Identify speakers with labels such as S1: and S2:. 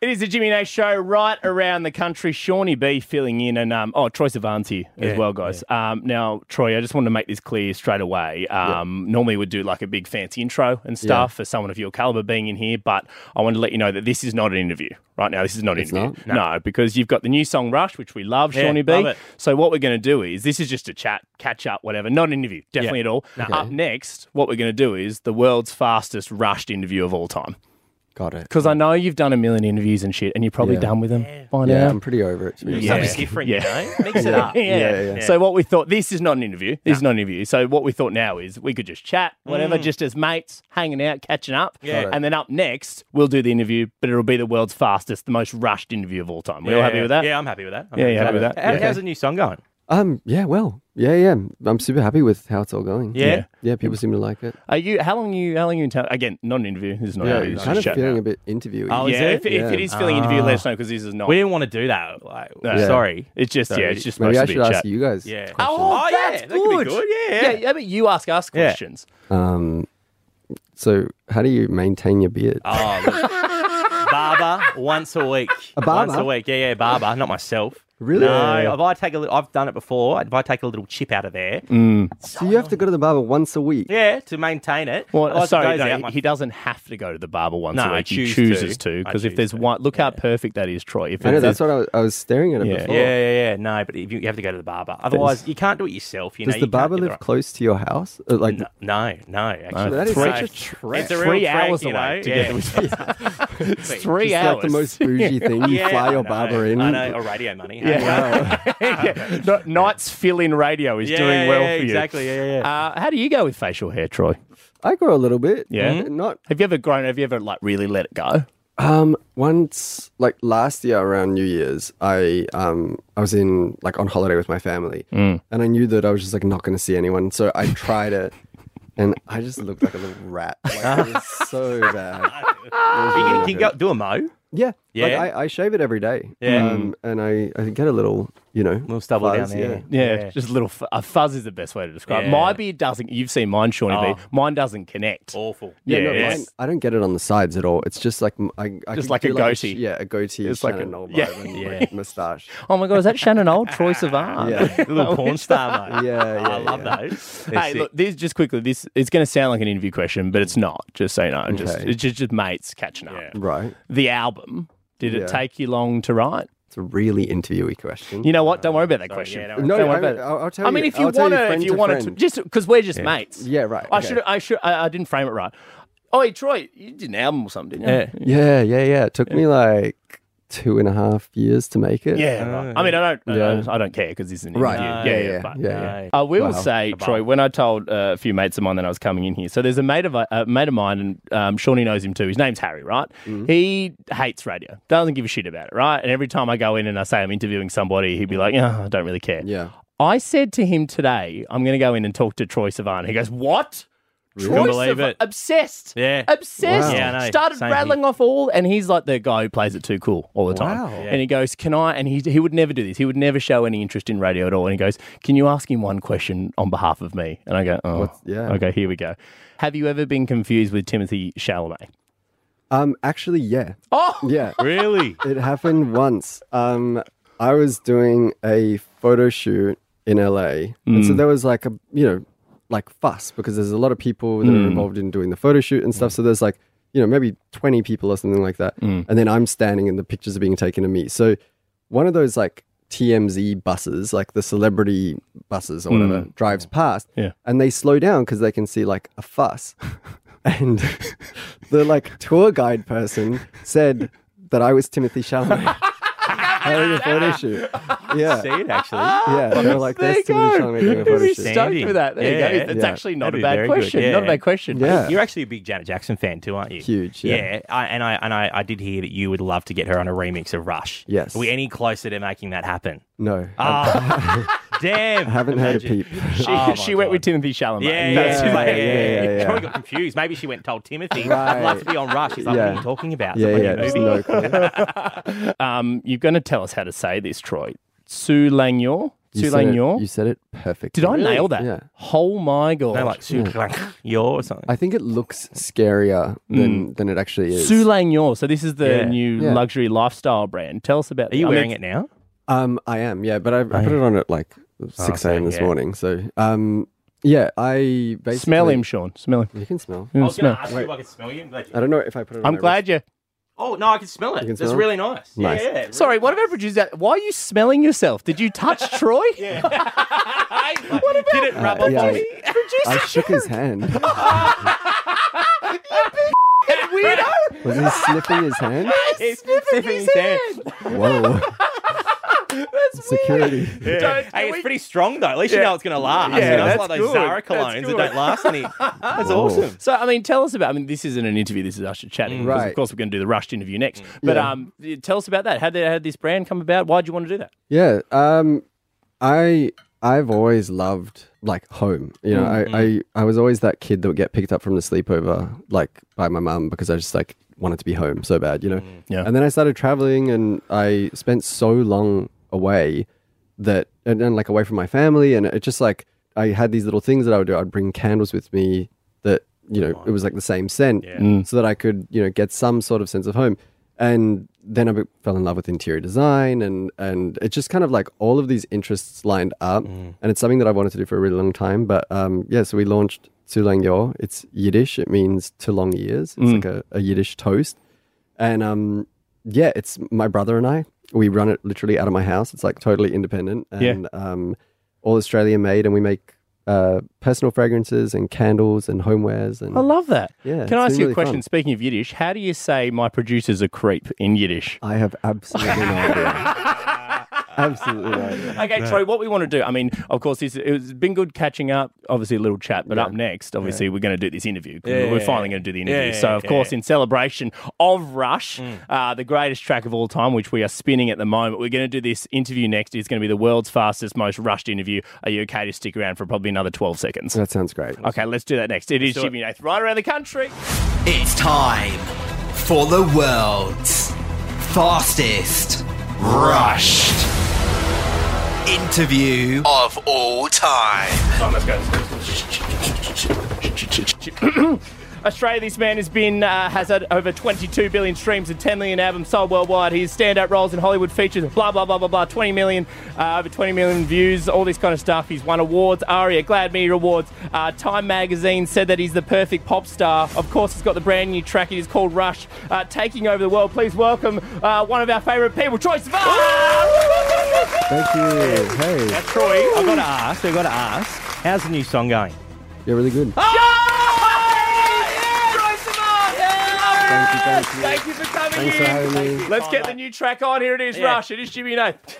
S1: It is the Jimmy Nash show right around the country. Shawnee B filling in, and um, oh, Troy Savan's here as
S2: Yeah,
S1: well, guys. Um, now, Troy, I just want to make this clear straight away. Um, Normally, we'd do like a big fancy intro and stuff for someone of your caliber being in here, but I want to let you know that this is not an interview right now. This is not an
S2: It's
S1: interview. No. because you've got the new song Rush, which we love,
S2: Yeah,
S1: Shawnee B.
S2: love it.
S1: So, what we're going to do is this is just a chat, catch up, whatever, not an interview, definitely
S2: Yeah.
S1: at all. Up next, what we're going to do is the world's fastest rushed interview of all time.
S3: Got it.
S1: Because I know you've done a million interviews and shit, and you're probably
S3: Yeah.
S1: done with them by
S3: Yeah,
S1: now.
S3: I'm pretty over it. to be honest.
S1: Yeah.
S2: Something different,
S1: Yeah.
S2: you know? Mix it up.
S1: Yeah.
S3: Yeah, yeah.
S1: So what we thought, this is not an interview. This is not an interview. So what we thought now is we could just chat, whatever, just as mates, hanging out, catching up.
S2: Yeah.
S1: And then up next, we'll do the interview, but it'll be the world's fastest, the most rushed interview of all time. We all happy with that?
S2: Yeah, I'm happy with that. I'm
S1: Yeah, you happy with that?
S2: How-
S1: Yeah.
S2: How's the new song going?
S3: Um. Yeah. Well. Yeah. Yeah. I'm super happy with how it's all going.
S2: Yeah.
S1: Yeah.
S3: Yeah. People seem to like it.
S1: Are you, how long you, how long you in town? Again, not an interview. This is not an
S3: Yeah.
S1: interview. This is
S3: kind of
S1: just chat
S3: feeling
S1: now.
S3: a bit interviewy.
S2: Oh, is
S1: yeah,
S2: it?
S1: If, if it is feeling
S3: Ah.
S1: interview, let us know because this is not.
S2: We didn't want to do that. Like,
S1: Yeah.
S2: sorry.
S1: it's just, yeah, it's just
S3: Maybe I
S1: supposed to
S3: should
S1: be a
S3: ask
S1: chat.
S3: you guys.
S2: Yeah.
S3: questions.
S2: Oh, yeah,
S1: that's
S2: that could be good. Yeah, yeah.
S1: yeah. but you ask us
S2: Yeah.
S1: questions.
S3: Um. So, how do you maintain your beard?
S2: Oh, look. barber once a week.
S3: A barber?
S2: Once a week. Yeah, yeah, barber, not myself.
S3: Really?
S2: No,
S3: Yeah.
S2: if I take a little, I've done it before. If I take a little chip out of there,
S1: Mm.
S3: so you have to go to the barber once a week.
S2: yeah, to maintain it.
S1: Well,
S2: Otherwise it
S1: sorry,
S2: goes
S1: no,
S2: out
S1: he-
S2: my-
S1: he doesn't have to go to the barber once
S2: No,
S1: a
S2: I
S1: week. he
S2: choose
S1: chooses
S2: to.
S1: to
S2: I
S1: because if
S2: choose
S1: there's
S2: to.
S1: one, look how perfect that is, Troy. If
S3: I know.
S1: it's-
S3: That's what I was, I was staring at it
S1: Yeah.
S3: before.
S2: yeah, yeah, yeah. No, but if you, you have to go to the barber. Otherwise, you can't do it yourself. You
S3: Does
S2: know,
S3: the
S2: you can't
S3: barber
S2: get the
S3: live close to your house? Uh, Like,
S2: right- No, no, actually.
S3: that is
S1: Three-
S3: such a trek.
S2: It's a
S1: Three
S2: real trek,
S1: hours
S2: you know?
S1: away to
S2: yeah.
S1: get to
S2: It's
S1: three
S3: It's
S1: hours.
S3: like the most bougie thing. You fly your barber in.
S2: I know, or radio money.
S1: Yeah. No, Knights fill in radio is
S2: Yeah,
S1: doing well
S2: yeah,
S1: for you.
S2: Exactly. Yeah, yeah.
S1: Uh, how do you go with facial hair, Troy?
S3: I grow a little bit.
S1: Yeah?
S3: N- Not
S1: Have you ever grown? Have you ever like really let it go?
S3: um once like last year around New Year's, I um I was in like on holiday with my family and I knew that I was just like not gonna see anyone. So I tried it and I just looked like a little rat. Like it was so bad. It was
S2: You can,
S3: really not
S2: you can
S3: good.
S2: go do a mo.
S3: Yeah. Like
S2: Yeah.
S3: I, I shave it every day.
S2: Yeah.
S3: Um, and I, I get a little, you know,
S2: Little stubble down
S3: fuzz,
S2: there.
S1: Yeah,
S2: Yeah.
S1: just a little. F- a fuzz is the best way to describe. it.
S2: Yeah.
S1: My beard doesn't. You've seen mine, Shawnee
S2: Oh.
S1: B. Mine doesn't connect.
S2: Awful.
S1: Yeah,
S3: No,
S1: it's-
S3: mine, I don't get it on the sides at all. It's just like m- I, I
S1: Just
S3: could
S1: like a
S3: do sh-
S1: goatee.
S3: yeah, a goatee.
S1: It's
S3: It's
S1: like
S3: like
S1: a-
S3: an old
S1: yeah.
S2: Yeah.
S3: mustache.
S1: Oh my god, is that Shannon Old, Troy Savant?
S3: Yeah.
S2: Little porn star mo.
S3: Yeah, yeah,
S2: I love
S3: yeah.
S2: those. They're
S1: Hey,
S2: sick.
S1: look, this just quickly. This it's going to sound like an interview question, but it's not. Just so you know, just
S3: Okay.
S1: it's just, just mates catching up.
S2: Yeah.
S3: Right.
S1: The album. Did
S3: Yeah.
S1: it take you long to write?
S3: It's a really interviewy question.
S1: You know what? Don't worry about that question.
S2: yeah, don't
S1: don't
S3: no,
S1: worry
S3: I,
S1: about it.
S3: I'll, I'll tell
S1: I mean,
S3: you-
S1: if you
S3: I'll tell
S1: want to, if
S3: friend
S1: you want to,
S3: friend.
S1: just because we're just mates.
S3: Yeah, right,
S1: I
S3: okay.
S1: should. I should. I, I didn't frame it right. Oh, hey, Troy, you did an album or something, didn't you?
S2: Yeah.
S3: yeah, yeah, yeah. It took me like two and a half years to make it.
S1: Yeah, right. I mean, I don't, I
S3: Yeah.
S1: don't- I don't care because this is an
S3: Right.
S1: interview.
S3: No,
S1: yeah, yeah,
S3: yeah,
S1: but-
S3: yeah,
S2: yeah.
S1: I will
S3: Wow.
S1: say, Troy, when I told uh, a few mates of mine that I was coming in here, so there's a mate of a mate of mine, and um, Shawnee knows him too. His name's Harry, right? He hates radio, doesn't give a shit about it, right? And every time I go in and I say I'm interviewing somebody, he'd be like, "Yeah, I don't really care."
S3: Yeah.
S1: I said to him today, "I'm going to go in and talk to Troy Savant." He goes, "What?" Troy
S2: Couldn't believe
S1: Sivan-
S2: it.
S1: Obsessed.
S2: Yeah.
S1: Obsessed.
S3: Wow.
S2: Yeah, I know.
S1: Started
S2: Same
S1: rattling off all, and he's like the guy who plays it too cool all the time.
S3: Wow.
S1: And he goes, Can I? And he, he would never do this. He would never show any interest in radio at all. And he goes, Can you ask him one question on behalf of me? And I go, Oh,
S3: yeah.
S1: Okay, here we go. Have you ever been confused with Timothy Chalamet?
S3: Um. Actually, yeah.
S1: Oh,
S3: Yeah.
S2: Really?
S3: It happened once. Um, I was doing a photo shoot in LA, and so there was like a you know, like fuss because there's a lot of people that are involved in doing the photo shoot and stuff. So there's like you know maybe 20 people or something like that, and then I'm standing and the pictures are being taken of me. So one of those like TMZ buses, like the celebrity buses or whatever, drives past,
S1: Yeah.
S3: and they slow down because they can see like a fuss. And the like tour guide person said that I was Timothy Chalamet. Having a photo shoot. Yeah.
S2: See it actually.
S3: Yeah. They were like, there's
S2: oh,
S3: Timothy Chalamet doing a photo
S1: Very
S3: shoot.
S2: stand-
S1: stoked with that. There you
S2: Yeah.
S1: go. It's
S3: Yeah.
S1: actually not
S2: That'd
S1: a
S2: be
S1: bad
S2: very good.
S1: question.
S2: Yeah.
S1: Not a bad question.
S3: Yeah.
S2: You're actually a big Janet Jackson fan too, aren't you?
S3: Huge, yeah.
S2: I, and I and I, I did hear that you would love to get her on a remix of Rush.
S3: Yes.
S2: Are we any closer to making that happen?
S3: No.
S2: Ah, damn.
S3: I haven't heard a peep.
S1: She,
S2: Oh my
S1: she went
S2: God.
S1: with Timothy Chalamet.
S2: Yeah, yeah,
S1: That's-
S2: yeah, yeah, yeah,
S3: yeah, yeah.
S2: Troy got confused. Maybe she went and told Timothy, "I'd
S3: Right.
S2: love to be on Rush." He's like, "What
S3: Yeah.
S2: are you talking about?" It's a
S3: Yeah,
S2: bloody
S3: yeah. There's
S2: movie.
S3: no clue.
S1: Um, you're going to tell us how to say this, Troy. Sue Langyor?
S3: You said it-
S1: Soulagnon.
S3: You said it perfectly.
S1: Did I nail that?
S3: Yeah.
S1: Oh my god.
S2: No, like Sue Yo or something.
S3: Mm. I think it looks scarier than, than it actually is.
S1: Soulagnon. So this is the
S2: Yeah.
S1: new
S3: Yeah.
S1: luxury lifestyle brand. Tell us about.
S2: Are you wearing it now?
S3: Um, I am, yeah, but I, I put it on at like six
S2: same,
S3: a.m. this
S2: yeah.
S3: morning. So, um, yeah, I basically
S1: Smell him, Sean. Smell him.
S3: You can smell.
S1: You smell.
S2: ask you if Oh, I could smell you.
S3: I don't know if I put it. on
S1: I'm
S3: my
S1: glad you.
S2: oh no, I can smell it.
S3: can It's smell it? really
S2: nice.
S3: Nice. Yeah,
S1: Sorry, one of our producers. Why are you smelling yourself? Did you touch Troy?
S2: what about? Did it
S3: wrist.
S2: rub
S3: Uh,
S2: off
S3: yeah,
S2: on
S3: I,
S2: me?
S3: I shook his hand.
S1: Weirdo.
S3: Was he sniffing his hand?
S2: Sniffing his hand.
S3: Whoa. Security.
S1: Don't-
S2: Hey,
S1: we-
S2: it's pretty strong though. At least you know it's going to last.
S1: Yeah,
S2: you know, it's
S1: that's
S2: like
S1: good.
S2: those Zara
S1: That's
S2: colognes that
S1: good.
S2: don't last any. That's
S3: Whoa.
S2: awesome.
S1: So I mean, tell us about. I mean, this isn't an interview. This is us just chatting. 'cause Of
S3: Right.
S1: course, we're going to do the rushed interview next. But
S3: Yeah.
S1: um, tell us about that. How did how did this brand come about? Why would you want to do that?
S3: Yeah. Um, I I've always loved like home. You know, I, I I was always that kid that would get picked up from the sleepover like by my mum because I just like wanted to be home so bad. You know.
S1: Yeah.
S3: And then I started traveling, and I spent so long away that and then like away from my family, and it just like I had these little things that I would do. I'd bring candles with me that you know it was like the same scent so that I could, you know, get some sort of sense of home. And then I be- fell in love with interior design and and it just kind of like all of these interests lined up.
S1: Mm.
S3: And it's something that I wanted to do for a really long time. But um, yeah, so we launched Tulang Yor. It's Yiddish. It means to long years. It's
S1: Mm.
S3: like a, a Yiddish toast. And um, yeah, it's my brother and I. We run it literally out of my house. It's like totally independent and um, all Australian made. And we make uh, personal fragrances and candles and homewares. And
S1: I love that.
S3: Yeah, it's
S1: Can I ask
S3: been
S1: you a
S3: really
S1: question?
S3: fun.
S1: Speaking of Yiddish, how do you say my producer's a creep in Yiddish?
S3: I have absolutely no idea. absolutely no idea.
S1: Okay, Troy, what we want to do, I mean, of course, this, it's been good catching up, obviously a little chat, but up next, obviously, we're going to do this interview. 'cause
S2: Yeah,
S1: we're
S2: yeah,
S1: finally
S2: yeah.
S1: going to do the interview.
S2: Yeah,
S1: so, of
S2: yeah,
S1: course,
S2: yeah. Mm.
S1: in celebration of Rush, uh, the greatest track of all time, which we are spinning at the moment, we're going to do this interview next. It's going to be the world's fastest, most rushed interview. Are you okay to stick around for probably another 12 seconds?
S3: That sounds great.
S1: Okay, let's do that next. It is Jimmy Nath right around the country.
S4: It's time for the world's fastest rushed interview of all time.
S1: Australia, this man has been uh, has had over 22 billion streams and 10 million albums sold worldwide. His standout roles in Hollywood features, blah blah blah blah blah, 20 million uh, over 20 million views, all this kind of stuff. He's won awards, ARIA, Glad Media Awards. Uh, Time Magazine said that he's the perfect pop star. Of course, he's got the brand new track. It is called Rush, uh, taking over the world. Please welcome uh, one of our favourite people, Troy Sivan.
S3: Thank you. Hey,
S2: Troy, I've got to ask. I've got to ask. How's the new song going?
S3: you're really good.
S1: Thank
S3: Thank you,
S1: Thank you
S3: thank
S1: for coming
S3: Thanks for
S1: in.
S3: having me.
S1: Let's get the new track on. Here it is,
S2: Yeah.
S1: Rush. It is Jimmy Nath.